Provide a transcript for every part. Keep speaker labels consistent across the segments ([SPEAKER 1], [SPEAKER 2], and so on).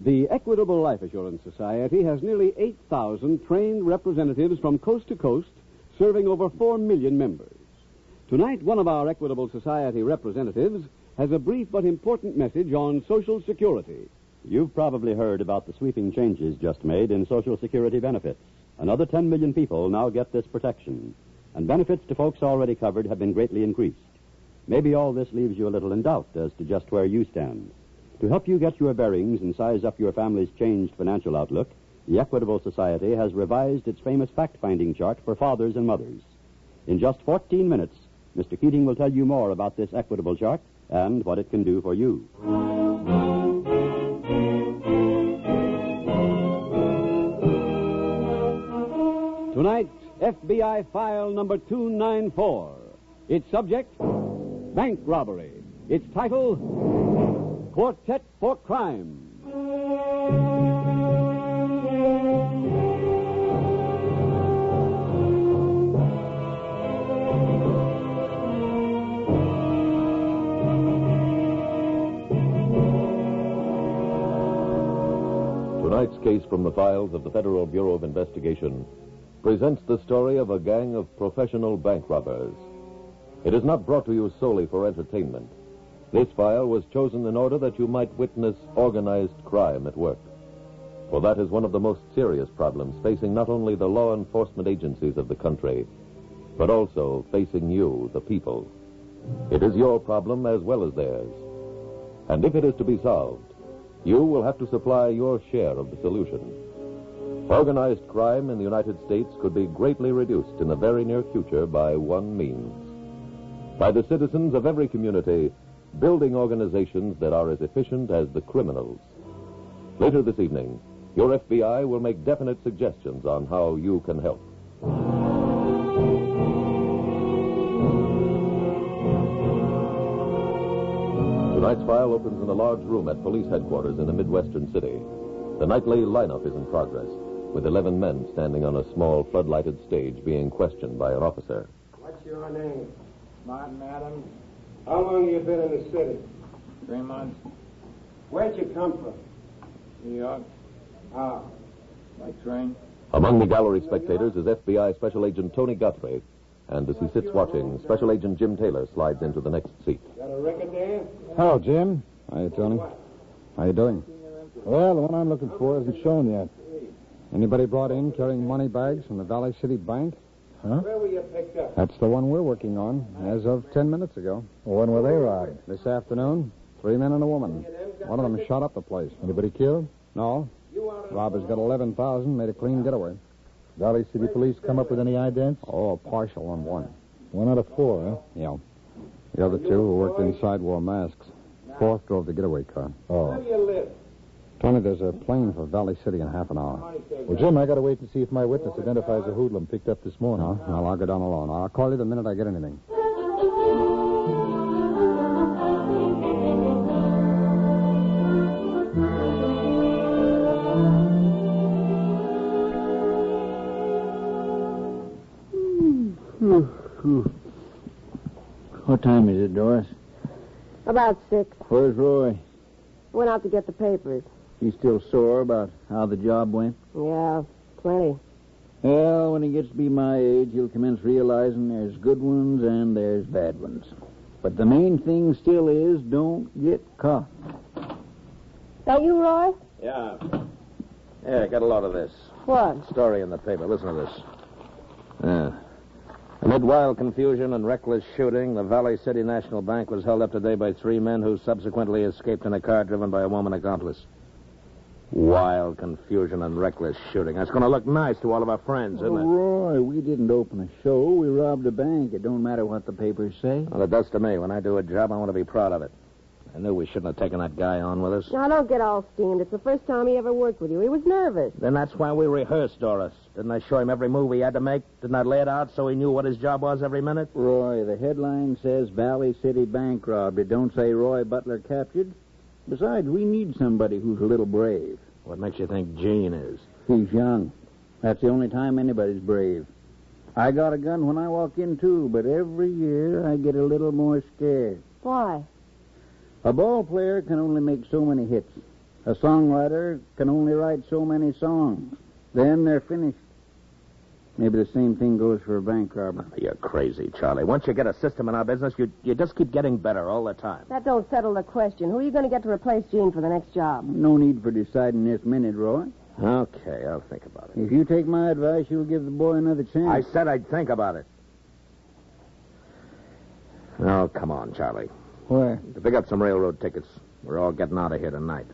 [SPEAKER 1] The Equitable Life Assurance Society has nearly 8,000 trained representatives from coast to coast, serving over 4 million members. Tonight, one of our Equitable Society representatives has a brief but important message on Social Security.
[SPEAKER 2] You've probably heard about the sweeping changes just made in Social Security benefits. Another 10 million people now get this protection, and benefits to folks already covered have been greatly increased. Maybe all this leaves you a little in doubt as to just where you stand. To help you get your bearings and size up your family's changed financial outlook, the Equitable Society has revised its famous fact finding chart for fathers and mothers. In just 14 minutes, Mr. Keating will tell you more about this equitable chart and what it can do for you.
[SPEAKER 1] Tonight, FBI file number 294. Its subject, bank robbery. Its title, Quartet for Crime.
[SPEAKER 3] Tonight's case from the files of the Federal Bureau of Investigation presents the story of a gang of professional bank robbers. It is not brought to you solely for entertainment. This file was chosen in order that you might witness organized crime at work. For that is one of the most serious problems facing not only the law enforcement agencies of the country, but also facing you, the people. It is your problem as well as theirs. And if it is to be solved, you will have to supply your share of the solution. Organized crime in the United States could be greatly reduced in the very near future by one means by the citizens of every community building organizations that are as efficient as the criminals. Later this evening, your FBI will make definite suggestions on how you can help. Tonight's file opens in a large room at police headquarters in a Midwestern city. The nightly lineup is in progress, with 11 men standing on a small floodlighted stage being questioned by an officer.
[SPEAKER 4] What's your name?
[SPEAKER 5] Martin Adams,
[SPEAKER 4] How long you been in the city?
[SPEAKER 5] three months,
[SPEAKER 4] Where'd you come from?
[SPEAKER 5] New York,
[SPEAKER 4] Ah,
[SPEAKER 5] by train.
[SPEAKER 3] Among the gallery spectators is FBI Special Agent Tony Guthrie, and as he sits watching, Special Agent Jim Taylor slides into the next seat.
[SPEAKER 4] got a record there?
[SPEAKER 6] Hello, Jim. How you, Tony? How you doing? Well, the one I'm looking for isn't shown yet. Anybody brought in carrying money bags from the Valley City Bank? Huh?
[SPEAKER 4] Where were you picked up?
[SPEAKER 6] That's the one we're working on as of ten minutes ago. When were they robbed? This afternoon. Three men and a woman. One of them shot up the place. Anybody killed? No.
[SPEAKER 4] You out of
[SPEAKER 6] Robbers got eleven thousand. Made a clean getaway. Valley City Police come up with any idents? Oh, partial on one. One out of four, huh? Yeah. The other two who worked inside wore masks. Fourth drove the getaway car.
[SPEAKER 4] Where do you live?
[SPEAKER 6] Tony, there's a plane for Valley City in half an hour.
[SPEAKER 4] Money taker.
[SPEAKER 6] Well, Jim, I gotta wait and see if my witness identifies a hoodlum picked up this morning. No, no, I'll go down alone. I'll call you the minute I get anything.
[SPEAKER 5] What time is it, Doris?
[SPEAKER 7] About six.
[SPEAKER 5] Where's Roy?
[SPEAKER 7] Went out to get the papers.
[SPEAKER 5] He's still sore about how the job went.
[SPEAKER 7] Yeah, plenty.
[SPEAKER 5] Well, when he gets to be my age, he'll commence realizing there's good ones and there's bad ones. But the main thing still is don't get caught.
[SPEAKER 7] That you, Roy?
[SPEAKER 8] Yeah. Yeah, I got a lot of this.
[SPEAKER 7] What?
[SPEAKER 8] Story in the paper. Listen to this. Yeah. Amid wild confusion and reckless shooting, the Valley City National Bank was held up today by three men who subsequently escaped in a car driven by a woman accomplice.
[SPEAKER 9] Wild confusion and reckless shooting. That's going to look nice to all of our friends, isn't it?
[SPEAKER 5] Roy, we didn't open a show. We robbed a bank. It don't matter what the papers say.
[SPEAKER 9] Well, it does to me. When I do a job, I want to be proud of it. I knew we shouldn't have taken that guy on with us.
[SPEAKER 7] Now, don't get all steamed. It's the first time he ever worked with you. He was nervous.
[SPEAKER 9] Then that's why we rehearsed, Doris. Didn't I show him every move he had to make? Didn't I lay it out so he knew what his job was every minute?
[SPEAKER 5] Roy, the headline says Valley City bank robbed. It don't say Roy Butler captured. Besides, we need somebody who's a little brave.
[SPEAKER 9] What makes you think Gene is?
[SPEAKER 5] He's young. That's the only time anybody's brave. I got a gun when I walk in, too, but every year I get a little more scared.
[SPEAKER 7] Why?
[SPEAKER 5] A ball player can only make so many hits. A songwriter can only write so many songs. Then they're finished. Maybe the same thing goes for a bank robber.
[SPEAKER 9] You're crazy, Charlie. Once you get a system in our business, you, you just keep getting better all the time.
[SPEAKER 7] That don't settle the question. Who are you going to get to replace Gene for the next job?
[SPEAKER 5] No need for deciding this minute, Roy.
[SPEAKER 9] Okay, I'll think about it.
[SPEAKER 5] If you take my advice, you'll give the boy another
[SPEAKER 1] Hmm.
[SPEAKER 9] I
[SPEAKER 5] chance.
[SPEAKER 9] said I'd think about it. Oh, come on, Charlie.
[SPEAKER 5] Where?
[SPEAKER 9] To pick up some railroad tickets. We're all getting out of here tonight.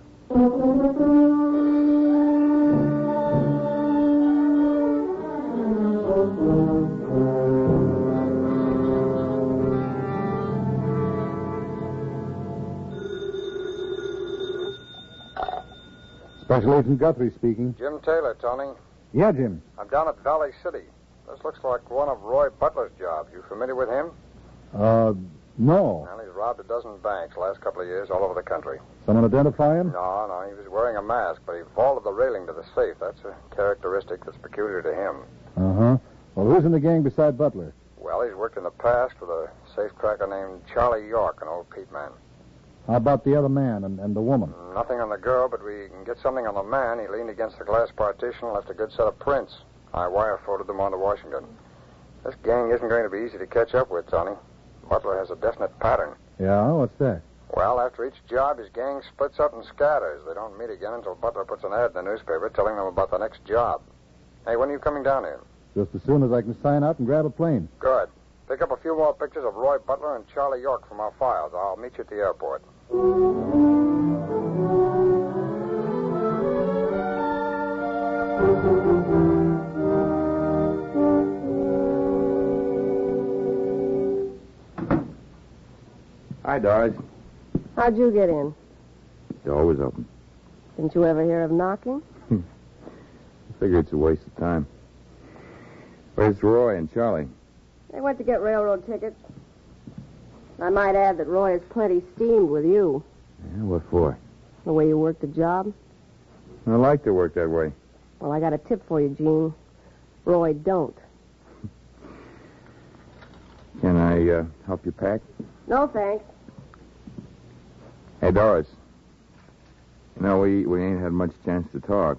[SPEAKER 10] Special Agent Guthrie speaking.
[SPEAKER 6] Jim Taylor, Tony.
[SPEAKER 10] Yeah, Jim.
[SPEAKER 6] I'm down at Valley City. This looks like one of Roy Butler's jobs. You familiar with him?
[SPEAKER 10] Uh, no.
[SPEAKER 6] Well, he's robbed a dozen banks last couple of years all over the country.
[SPEAKER 10] Someone identify
[SPEAKER 6] No,
[SPEAKER 10] him?
[SPEAKER 6] no, he was wearing a mask, but he vaulted the railing to the safe. That's a characteristic that's peculiar to him.
[SPEAKER 10] Uh huh. Well, who's in the gang beside Butler?
[SPEAKER 6] Well, he's worked in the past with a safecracker named Charlie York, an old peat man.
[SPEAKER 10] How about the other man and, and the woman?
[SPEAKER 6] Nothing on the girl, but we can get something on the man. He leaned against the glass partition and left a good set of prints. I wire forwarded them on to Washington. This gang isn't going to be easy to catch up with, Tony. Butler has a definite pattern.
[SPEAKER 10] Yeah, what's that?
[SPEAKER 6] Well, after each job, his gang splits up and scatters. They don't meet again until Butler puts an ad in the newspaper telling them about the next job. Hey, when are you coming down here?
[SPEAKER 10] Just as soon as I can sign out and grab a plane.
[SPEAKER 6] Good. Pick up a few more pictures of Roy Butler and Charlie York from our files. I'll meet you at the airport.
[SPEAKER 9] Hi, Doris.
[SPEAKER 7] How'd you get in?
[SPEAKER 9] You're always open.
[SPEAKER 7] Didn't you ever hear of knocking?
[SPEAKER 9] Figure it's a waste of time. Where's Roy and Charlie?
[SPEAKER 7] They went to get railroad tickets. I might add that Roy is plenty steamed with you.
[SPEAKER 9] Yeah, what for?
[SPEAKER 7] The way you worked the job.
[SPEAKER 9] I like to work that way.
[SPEAKER 7] Well, I got a tip for you, Gene. Roy, don't.
[SPEAKER 9] Can I uh, help you pack?
[SPEAKER 7] No, thanks.
[SPEAKER 9] Hey, Doris. You know, we, we ain't had much chance to talk.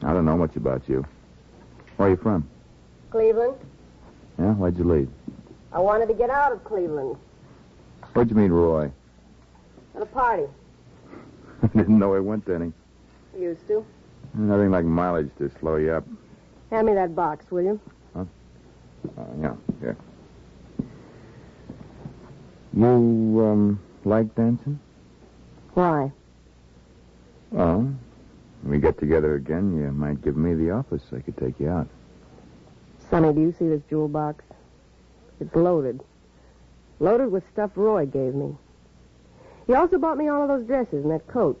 [SPEAKER 9] I don't know much about you. Where are you from?
[SPEAKER 7] Cleveland?
[SPEAKER 9] Yeah, why'd you leave?
[SPEAKER 7] I wanted to get out of Cleveland
[SPEAKER 9] Where'd you meet Roy?
[SPEAKER 7] at a party.
[SPEAKER 9] I didn't know he went to any.
[SPEAKER 7] Used to.
[SPEAKER 9] Nothing like mileage to slow you up.
[SPEAKER 7] Hand me that box, will you?
[SPEAKER 9] Uh, yeah, yeah. You, um, like dancing?
[SPEAKER 7] Why?
[SPEAKER 9] Well, when we get together again, you might give me the office. I could take you out.
[SPEAKER 7] Sonny, do you see this jewel box? It's loaded. Loaded with stuff Roy gave me. He also bought me all of those dresses and that coat.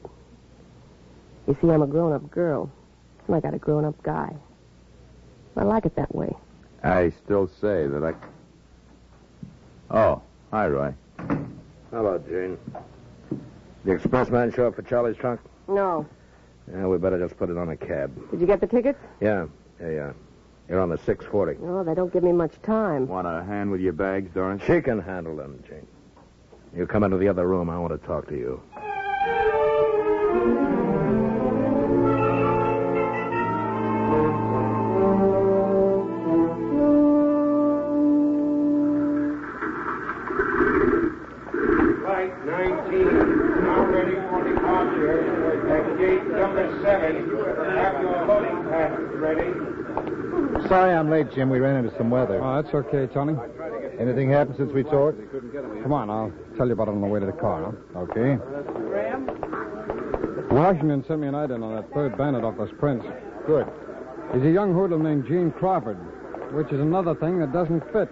[SPEAKER 7] You see, I'm a grown up girl. And I got a grown up guy. I like it that way.
[SPEAKER 9] I still say that I. Oh, hi, Roy. Hello, Gene. The express man show up for Charlie's trunk?
[SPEAKER 7] No.
[SPEAKER 9] Yeah, we better just put it on a cab.
[SPEAKER 7] Did you get the tickets?
[SPEAKER 9] Yeah, yeah, yeah. You're on the 640.
[SPEAKER 7] No, they don't give me much time.
[SPEAKER 9] Want a hand with your bags, Doris? She can handle them, Gene. You come into the other room. I want to talk to you.
[SPEAKER 4] Flight 19, now ready for departure at gate number 7. Have your loading pass ready.
[SPEAKER 10] Sorry I'm late, Jim. We ran into some weather. Oh, that's okay, Tony. Anything happened since we talked? Come on, I'll tell you about it on the way to the car. Okay.
[SPEAKER 6] Washington sent me an item on that third bandit off those prints. Good. He's a young hoodlum named Gene Crawford, which is another thing that doesn't fit.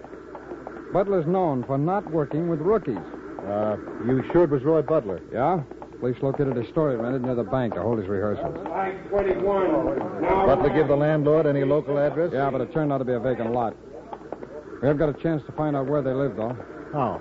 [SPEAKER 6] Butler's known for not working with rookies. Uh, you sure it was Roy Butler? Yeah. Police located a story rented near the bank to hold his rehearsal.
[SPEAKER 4] Line 21. Now
[SPEAKER 6] Butler give the landlord any local address? Yeah, but it turned out to be a vacant lot. We have got a chance to find out where they live, though. How?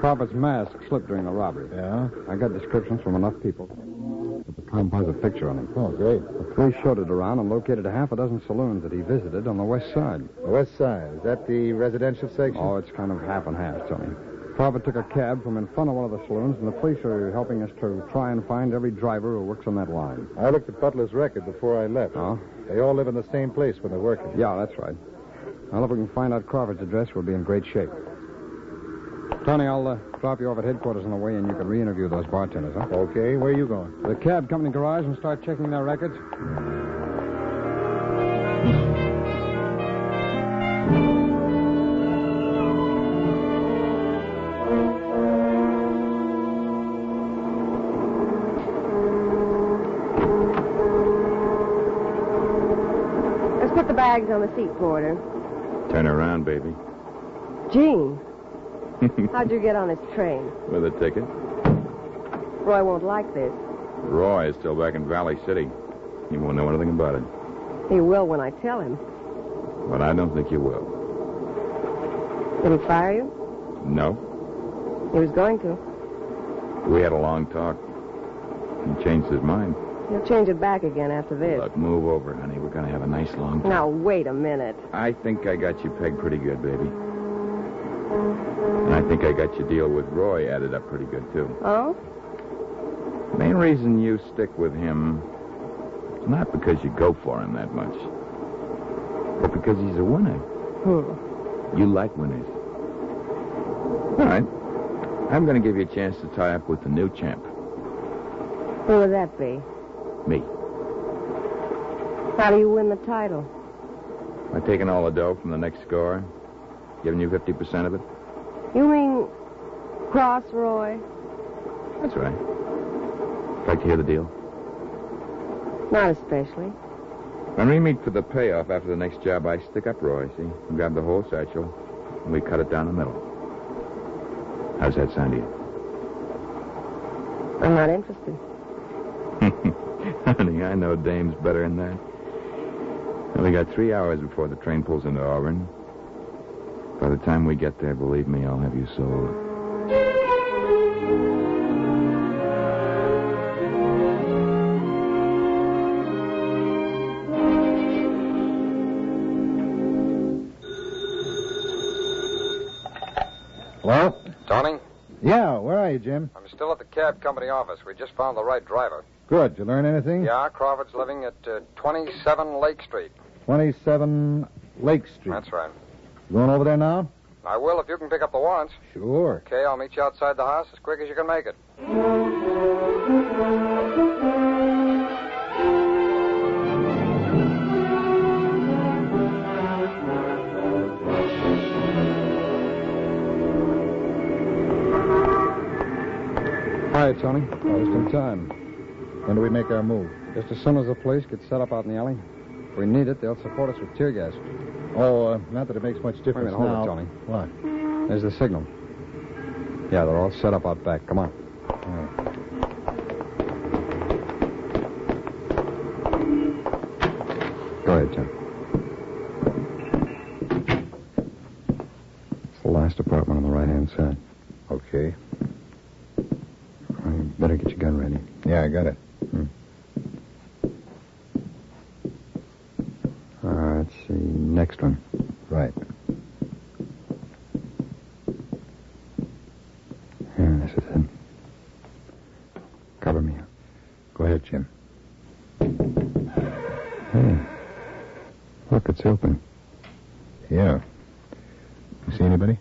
[SPEAKER 6] Crawford's mask slipped during the robbery. Yeah? I got descriptions from enough people. With a composite picture on him. Oh, great. The police showed it around and located a half a dozen saloons that he visited on the west side.
[SPEAKER 10] The west side. Is that the residential section?
[SPEAKER 6] Oh, it's kind of half and half, Tony. Crawford took a cab from in front of one of the saloons, and the police are helping us to try and find every driver who works on that line.
[SPEAKER 10] I looked at Butler's record before I left.
[SPEAKER 6] Oh?
[SPEAKER 10] They all live in the same place when they're working.
[SPEAKER 6] Yeah, that's right. Well, if we can find out Crawford's address, we'll be in great shape. Tony, I'll uh, drop you off at headquarters on the way, and you can re-interview those bartenders, huh?
[SPEAKER 10] Okay, where are you going?
[SPEAKER 6] The cab company garage and start checking their records.
[SPEAKER 7] Let's put the bags on the seat, Porter.
[SPEAKER 8] Turn around, baby.
[SPEAKER 7] Gene, how'd you get on his train?
[SPEAKER 8] With a ticket.
[SPEAKER 7] Roy won't like this.
[SPEAKER 8] Roy is still back in Valley City. He won't know anything about it.
[SPEAKER 7] He will when I tell him.
[SPEAKER 8] But I don't think he will.
[SPEAKER 7] Did he fire you?
[SPEAKER 8] No.
[SPEAKER 7] He was going to.
[SPEAKER 8] We had a long talk. He changed his mind.
[SPEAKER 7] He'll change it back again after this.
[SPEAKER 8] Look, move over, honey. We're going to have a nice long talk.
[SPEAKER 7] Now, wait a minute.
[SPEAKER 8] I think I got you pegged pretty good, baby. And I think I got your deal with Roy added up pretty good, too.
[SPEAKER 7] Oh?
[SPEAKER 8] Main reason you stick with him is not because you go for him that much, but because he's a winner.
[SPEAKER 7] Hmm.
[SPEAKER 8] You like winners. All right. I'm going to give you a chance to tie up with the new champ,
[SPEAKER 7] Who would that be?
[SPEAKER 8] me,
[SPEAKER 7] How do you win the title?
[SPEAKER 8] by taking all the dough from the next score, giving you 50% of it.
[SPEAKER 7] You mean Cross Roy?
[SPEAKER 8] That's right. Like to hear the deal?
[SPEAKER 7] Not especially.
[SPEAKER 8] When we meet for the payoff after the next job, I stick up Roy, see? We grab the whole satchel, and we cut it down the middle. How's that sound to you?
[SPEAKER 7] I'm not interested.
[SPEAKER 8] Honey, I know dames better than that. And we got three hours before the train pulls into Auburn. By the time we get there, believe me, I'll have you sold.
[SPEAKER 10] Well,
[SPEAKER 11] Tony,
[SPEAKER 10] yeah, where are you, Jim?
[SPEAKER 11] I'm still at the cab company office. We just found the right driver.
[SPEAKER 10] Good. You learn anything?
[SPEAKER 11] Yeah, Crawford's living at uh, 27 Lake Street.
[SPEAKER 10] 27 Lake Street.
[SPEAKER 11] That's right.
[SPEAKER 10] Going over there now?
[SPEAKER 11] I will if you can pick up the warrants.
[SPEAKER 10] Sure.
[SPEAKER 11] Okay, I'll meet you outside the house as quick as you can make it.
[SPEAKER 6] Hi, Tony. Oh, just in time. When do we make our move? Just as soon as the police get set up out in the alley. If we need it, they'll support us with tear gas.
[SPEAKER 10] Oh, uh, not that it makes much
[SPEAKER 6] Wait a
[SPEAKER 10] difference
[SPEAKER 6] minute, hold
[SPEAKER 10] now.
[SPEAKER 6] it, Tony.
[SPEAKER 10] What?
[SPEAKER 6] There's the signal. Yeah, they're all set up out back. Come on. Go ahead, Jim. It's the last apartment on the right hand side.
[SPEAKER 10] Okay.
[SPEAKER 6] Well, You better get your gun ready. Hmm.
[SPEAKER 10] Yeah, I got it.
[SPEAKER 6] All right, Uh, let's see. Next one.
[SPEAKER 10] Right.
[SPEAKER 6] Yeah, this is it. Cover me.
[SPEAKER 10] Go ahead, Jim.
[SPEAKER 6] Hey. Look, it's open.
[SPEAKER 10] Yeah. You see anybody?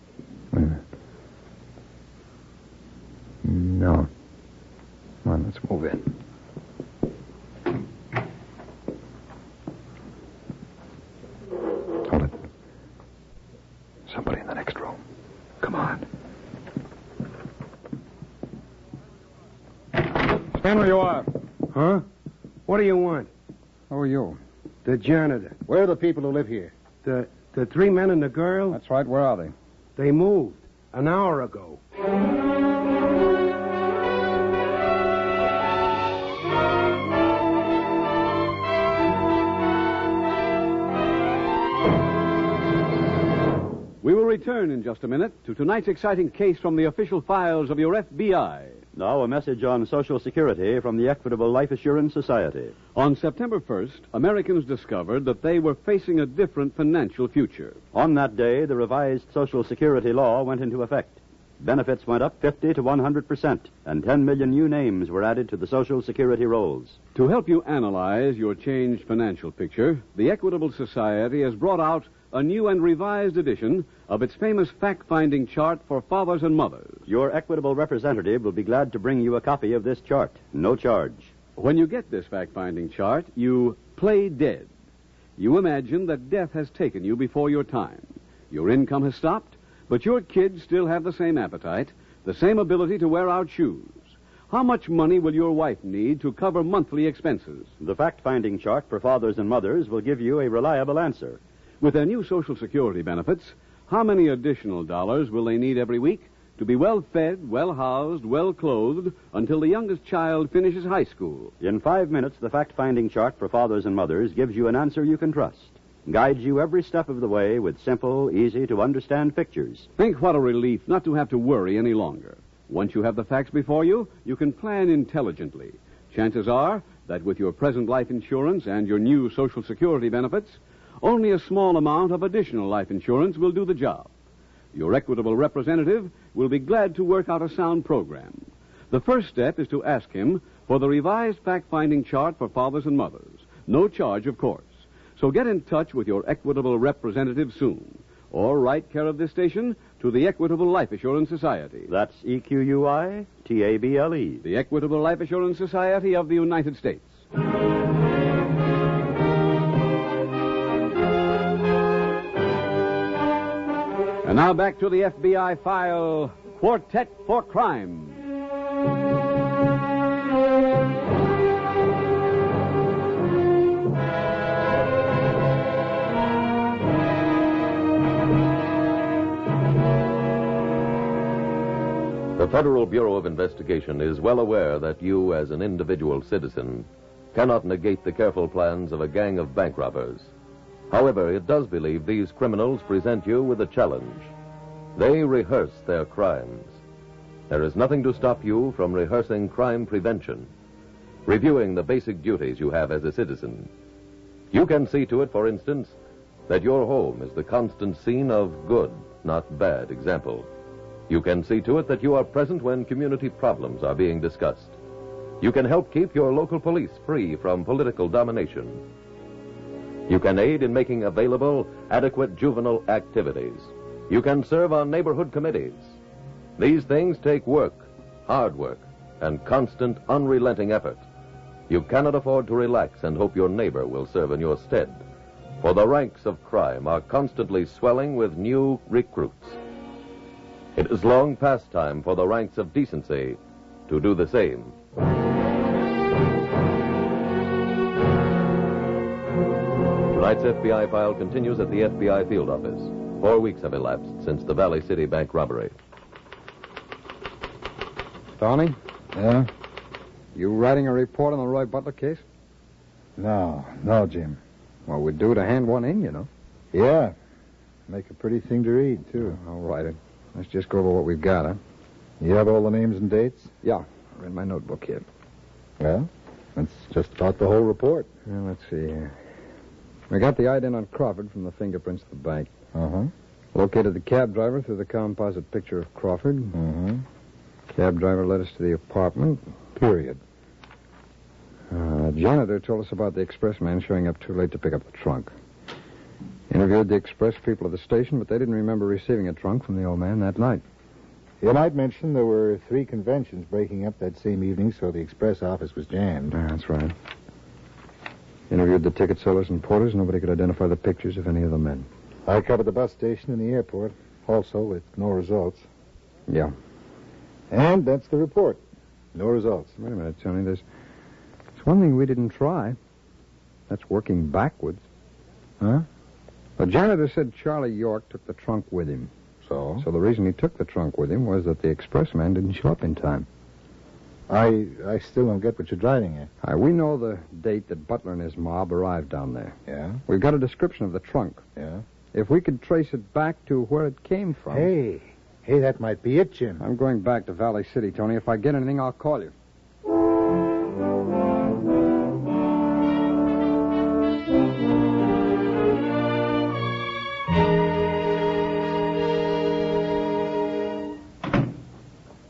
[SPEAKER 6] Wait a minute. No. Come on, let's move in. Hold it. Somebody in the next room. Come on. Stand where you are.
[SPEAKER 12] Huh? What do you want?
[SPEAKER 6] Who are you?
[SPEAKER 12] The janitor.
[SPEAKER 6] Where are the people who live here?
[SPEAKER 12] The the three men and the girl?
[SPEAKER 6] That's right. Where are they?
[SPEAKER 12] They moved an hour ago.
[SPEAKER 1] We will return in just a minute to tonight's exciting case from the official files of your FBI.
[SPEAKER 2] Now, a message on Social Security from the Equitable Life Assurance Society.
[SPEAKER 1] On September 1st, Americans discovered that they were facing a different financial future.
[SPEAKER 2] On that day, the revised Social Security law went into effect. Benefits went up 50 to 100%, and 10 million new names were added to the Social Security rolls.
[SPEAKER 1] To help you analyze your changed financial picture, the Equitable Society has brought out a new and revised edition of its famous fact finding chart for fathers and mothers.
[SPEAKER 2] Your Equitable representative will be glad to bring you a copy of this chart. No charge.
[SPEAKER 1] When you get this fact finding chart, you play dead. You imagine that death has taken you before your time. Your income has stopped, but your kids still have the same appetite, the same ability to wear out shoes. How much money will your wife need to cover monthly expenses?
[SPEAKER 2] The fact finding chart for fathers and mothers will give you a reliable answer.
[SPEAKER 1] With their new Social Security benefits, how many additional dollars will they need every week to be well fed, well housed, well clothed until the youngest child finishes high school?
[SPEAKER 2] In five minutes, the fact finding chart for fathers and mothers gives you an answer you can trust, guides you every step of the way with simple, easy to understand pictures.
[SPEAKER 1] Think what a relief not to have to worry any longer. Once you have the facts before you, you can plan intelligently. Chances are that with your present life insurance and your new Social Security benefits, only a small amount of additional life insurance will do the job. Your equitable representative will be glad to work out a sound program. The first step is to ask him for the revised fact finding chart for fathers and mothers. No charge, of course. So get in touch with your equitable representative soon. Or write care of this station to the Equitable Life Assurance Society.
[SPEAKER 2] That's E Q U I T A B L E.
[SPEAKER 1] The Equitable Life Assurance Society of the United States. And now back to the FBI file Quartet for Crime.
[SPEAKER 3] The Federal Bureau of Investigation is well aware that you, as an individual citizen, cannot negate the careful plans of a gang of bank robbers. However, it does believe these criminals present you with a challenge. They rehearse their crimes. There is nothing to stop you from rehearsing crime prevention, reviewing the basic duties you have as a citizen. You can see to it, for instance, that your home is the constant scene of good, not bad example. You can see to it that you are present when community problems are being discussed. You can help keep your local police free from political domination. You can aid in making available adequate juvenile activities. You can serve on neighborhood committees. These things take work, hard work, and constant, unrelenting effort. You cannot afford to relax and hope your neighbor will serve in your stead, for the ranks of crime are constantly swelling with new recruits. It is long past time for the ranks of decency to do the same. Tonight's FBI file continues at the FBI field office. Four weeks have elapsed since the Valley City bank robbery.
[SPEAKER 6] Tony? Yeah? You writing a report on the Roy Butler case?
[SPEAKER 10] No, no, Jim.
[SPEAKER 6] Well, we'd do to hand one in, you know.
[SPEAKER 10] Yeah. Make a pretty thing to read, too.
[SPEAKER 6] All right. Let's just go over what we've got, huh?
[SPEAKER 10] You have all the names and dates?
[SPEAKER 6] Yeah. I read my notebook here.
[SPEAKER 10] Well, that's just about the whole report.
[SPEAKER 6] Well, let's see here. We got the ID on Crawford from the fingerprints of the bank.
[SPEAKER 10] Uh
[SPEAKER 6] Uh-huh.
[SPEAKER 10] huh.
[SPEAKER 6] Located the cab driver through the composite picture of Crawford.
[SPEAKER 10] Uh huh.
[SPEAKER 6] Mm-hmm. Cab driver led us to the apartment.
[SPEAKER 10] Period.
[SPEAKER 6] Uh, janitor told us about the express man showing up too late to pick up the trunk. Interviewed the express people at the station, but they didn't remember receiving a trunk from the old man that night.
[SPEAKER 10] You might mention there were three conventions breaking up that same evening, so the express office was jammed.
[SPEAKER 6] Yeah, that's right. Interviewed the ticket sellers and porters. Nobody could identify the pictures of any of the men.
[SPEAKER 10] I covered the bus station and the airport, also with no results.
[SPEAKER 6] Yeah.
[SPEAKER 10] And that's the report. No results.
[SPEAKER 6] Wait a minute, Tony. There's, there's It's one thing we didn't try. That's working backwards. Huh? The janitor said Charlie York took the trunk with him. So? So the reason he took the trunk with him was that the expressman didn't show up in time.
[SPEAKER 10] I I still don't get what you're driving at.
[SPEAKER 6] All right, we know the date that Butler and his mob arrived down there.
[SPEAKER 10] Yeah?
[SPEAKER 6] We've got a description of the trunk.
[SPEAKER 10] Yeah?
[SPEAKER 6] If we could trace it back to where it came from.
[SPEAKER 10] Hey. Hey, that might be it, Jim.
[SPEAKER 6] I'm going back to Valley City, Tony. If I get anything, I'll call you.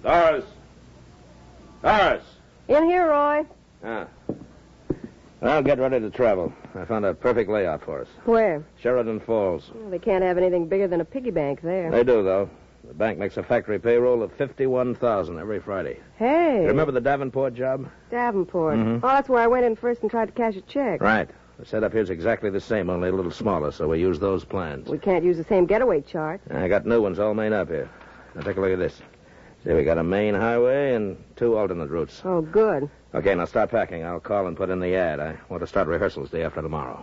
[SPEAKER 9] Doris. Doris.
[SPEAKER 7] In here, Roy.
[SPEAKER 9] Ah. Well, get ready to travel. I found a perfect layout for us.
[SPEAKER 7] Where?
[SPEAKER 9] Sheridan Falls.
[SPEAKER 7] Well, they can't have anything bigger than a piggy bank there.
[SPEAKER 9] They do, though. The bank makes a factory payroll of 51000 every Friday.
[SPEAKER 7] Hey.
[SPEAKER 9] You remember the Davenport job?
[SPEAKER 7] Davenport.
[SPEAKER 9] Mhm.
[SPEAKER 7] Oh, that's where I went in first and tried to cash a check.
[SPEAKER 9] Right. The setup here's exactly the same, only a little smaller, so we use those plans.
[SPEAKER 7] We can't use the same getaway chart.
[SPEAKER 9] I got new ones all made up here. Now, take a look at this. See, we got a main highway and two alternate routes.
[SPEAKER 7] Oh, good.
[SPEAKER 9] Okay, now start packing. I'll call and put in the ad. I want to start rehearsals day after tomorrow.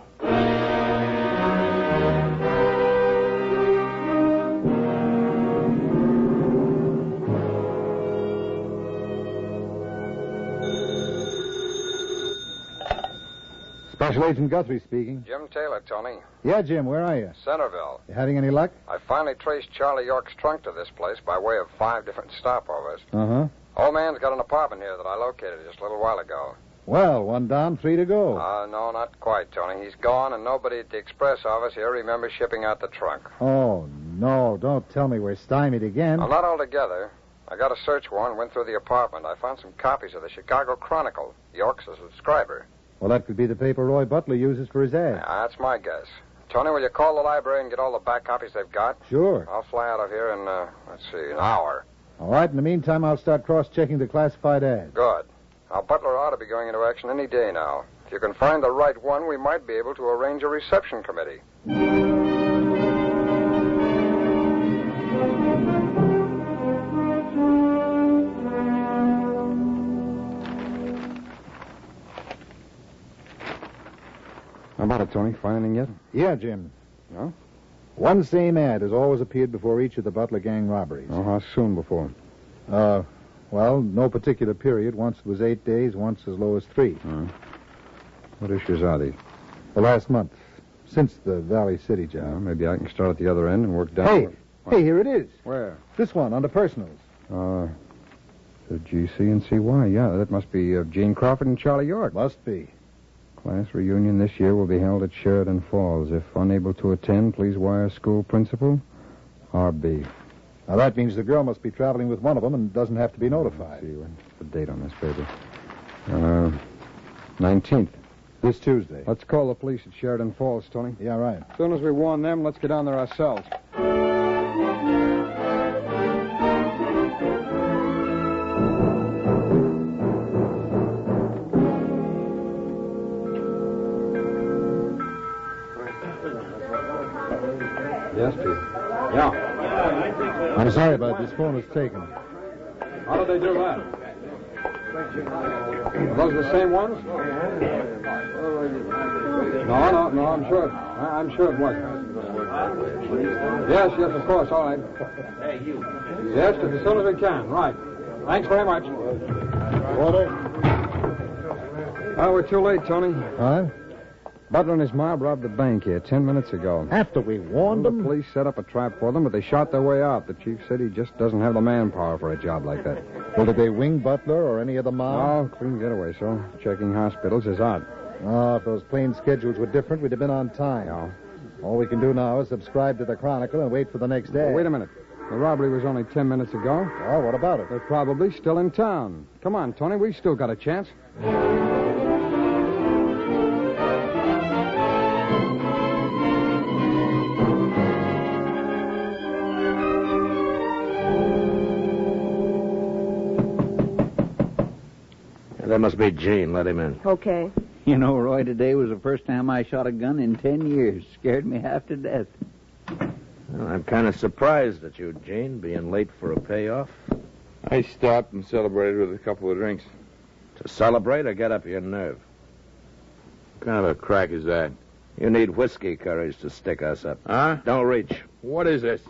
[SPEAKER 10] Special Agent Guthrie speaking.
[SPEAKER 11] Jim Taylor, Tony.
[SPEAKER 10] Yeah, Jim, where are you?
[SPEAKER 11] Centerville.
[SPEAKER 10] You having any luck?
[SPEAKER 11] I finally traced Charlie York's trunk to this place by way of five different stopovers.
[SPEAKER 10] Uh huh.
[SPEAKER 11] Old man's got an apartment here that I located just a little while ago.
[SPEAKER 10] Well, one down, three to go.
[SPEAKER 11] Uh, no, not quite, Tony. He's gone, and nobody at the express office here remembers shipping out the trunk.
[SPEAKER 10] Oh, no, don't tell me we're stymied again.
[SPEAKER 11] Now, not altogether. I got a search warrant, went through the apartment. I found some copies of the Chicago Chronicle. York's a subscriber.
[SPEAKER 10] Well, that could be the paper Roy Butler uses for his ad.
[SPEAKER 11] Uh, that's my guess. Tony, will you call the library and get all the back copies they've got?
[SPEAKER 10] Sure.
[SPEAKER 11] I'll fly out of here in, uh, let's see, an hour.
[SPEAKER 10] All right, in the meantime, I'll start cross checking the classified ad.
[SPEAKER 11] Good. Now, Butler ought to be going into action any day now. If you can find the right one, we might be able to arrange a reception committee.
[SPEAKER 6] How about it, Tony? Find anything yet?
[SPEAKER 10] Yeah, Jim.
[SPEAKER 6] Yeah?
[SPEAKER 10] One same ad has always appeared before each of the Butler gang robberies.
[SPEAKER 6] Oh, how soon before?
[SPEAKER 10] Uh, well, no particular period. Once it was eight days, once as low as three.
[SPEAKER 6] What issues are these?
[SPEAKER 10] The last month, since the Valley City job.
[SPEAKER 6] Well, maybe I can start at the other end and work down.
[SPEAKER 10] Hey, hey, here it is.
[SPEAKER 6] Where?
[SPEAKER 10] This one under personals.
[SPEAKER 6] Uh, the GC and CY. Yeah, that must be uh, Gene Crawford and Charlie York.
[SPEAKER 10] Must be.
[SPEAKER 6] Class reunion this year will be held at Sheridan Falls. If unable to attend, please wire school principal, RB.
[SPEAKER 10] Now that means the girl must be traveling with one of them and doesn't have to be
[SPEAKER 6] See,
[SPEAKER 10] notified.
[SPEAKER 6] what's the date on this paper? Uh, 19th.
[SPEAKER 10] This Tuesday.
[SPEAKER 6] Let's call the police at Sheridan Falls, Tony.
[SPEAKER 10] Yeah, right.
[SPEAKER 6] As soon as we warn them, let's get down there ourselves. Yes, Peter.
[SPEAKER 10] Yeah. I'm sorry about this. Phone is taken.
[SPEAKER 6] How did they do that? Are those the same ones? No, no, no, I'm sure. I- I'm sure it wasn't. Yes, yes, of course, all right. Yes, as soon as we can, right. Thanks very much.
[SPEAKER 10] Order.
[SPEAKER 6] Oh, we're too late, Tony.
[SPEAKER 10] Huh?
[SPEAKER 6] Butler and his mob robbed the bank here ten minutes ago.
[SPEAKER 10] After we warned
[SPEAKER 6] The
[SPEAKER 10] them?
[SPEAKER 6] police set up a trap for them, but they shot their way out. The chief said he just doesn't have the manpower for a job like that.
[SPEAKER 10] Well, did they wing Butler or any of the
[SPEAKER 6] Oh,
[SPEAKER 10] mob?
[SPEAKER 6] clean getaway, so checking hospitals is out.
[SPEAKER 10] Oh, if those plane schedules were different, we'd have been on time.
[SPEAKER 6] No.
[SPEAKER 10] All we can do now is subscribe to the Chronicle and wait for the next day.
[SPEAKER 6] Well, wait a minute. The robbery was only ten minutes ago.
[SPEAKER 10] Oh, what about it?
[SPEAKER 6] They're probably still in town. Come on, Tony. We've still got a chance.
[SPEAKER 9] That must be Gene. Let him in.
[SPEAKER 7] Okay.
[SPEAKER 5] You know, Roy, today was the first time I shot a gun in ten years. Scared me half to death.
[SPEAKER 9] Well, I'm kind of surprised at you, Gene, being late for a payoff.
[SPEAKER 8] I stopped and celebrated with a couple of drinks.
[SPEAKER 9] To celebrate or get up your nerve? What kind of a crack is that? You need whiskey courage to stick us up. Huh? Don't reach. What is this?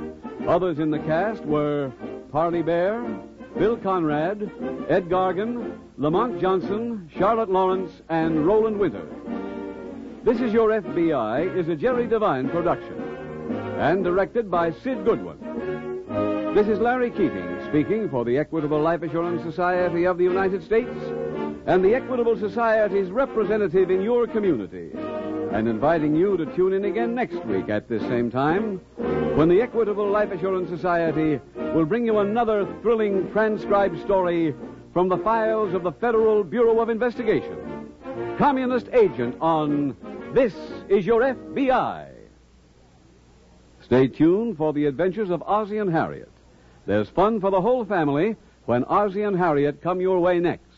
[SPEAKER 1] Others in the cast were Parley Bear, Bill Conrad, Ed Gargan, Lamont Johnson, Charlotte Lawrence, and Roland Wither. This is Your FBI is a Jerry Devine production and directed by Sid Goodwin. This is Larry Keating speaking for the Equitable Life Assurance Society of the United States and the Equitable Society's representative in your community and inviting you to tune in again next week at this same time when the Equitable Life Assurance Society will bring you another thrilling transcribed story from the files of the Federal Bureau of Investigation. Communist Agent on This Is Your FBI. Stay tuned for the adventures of Ozzie and Harriet. There's fun for the whole family when Ozzie and Harriet come your way next.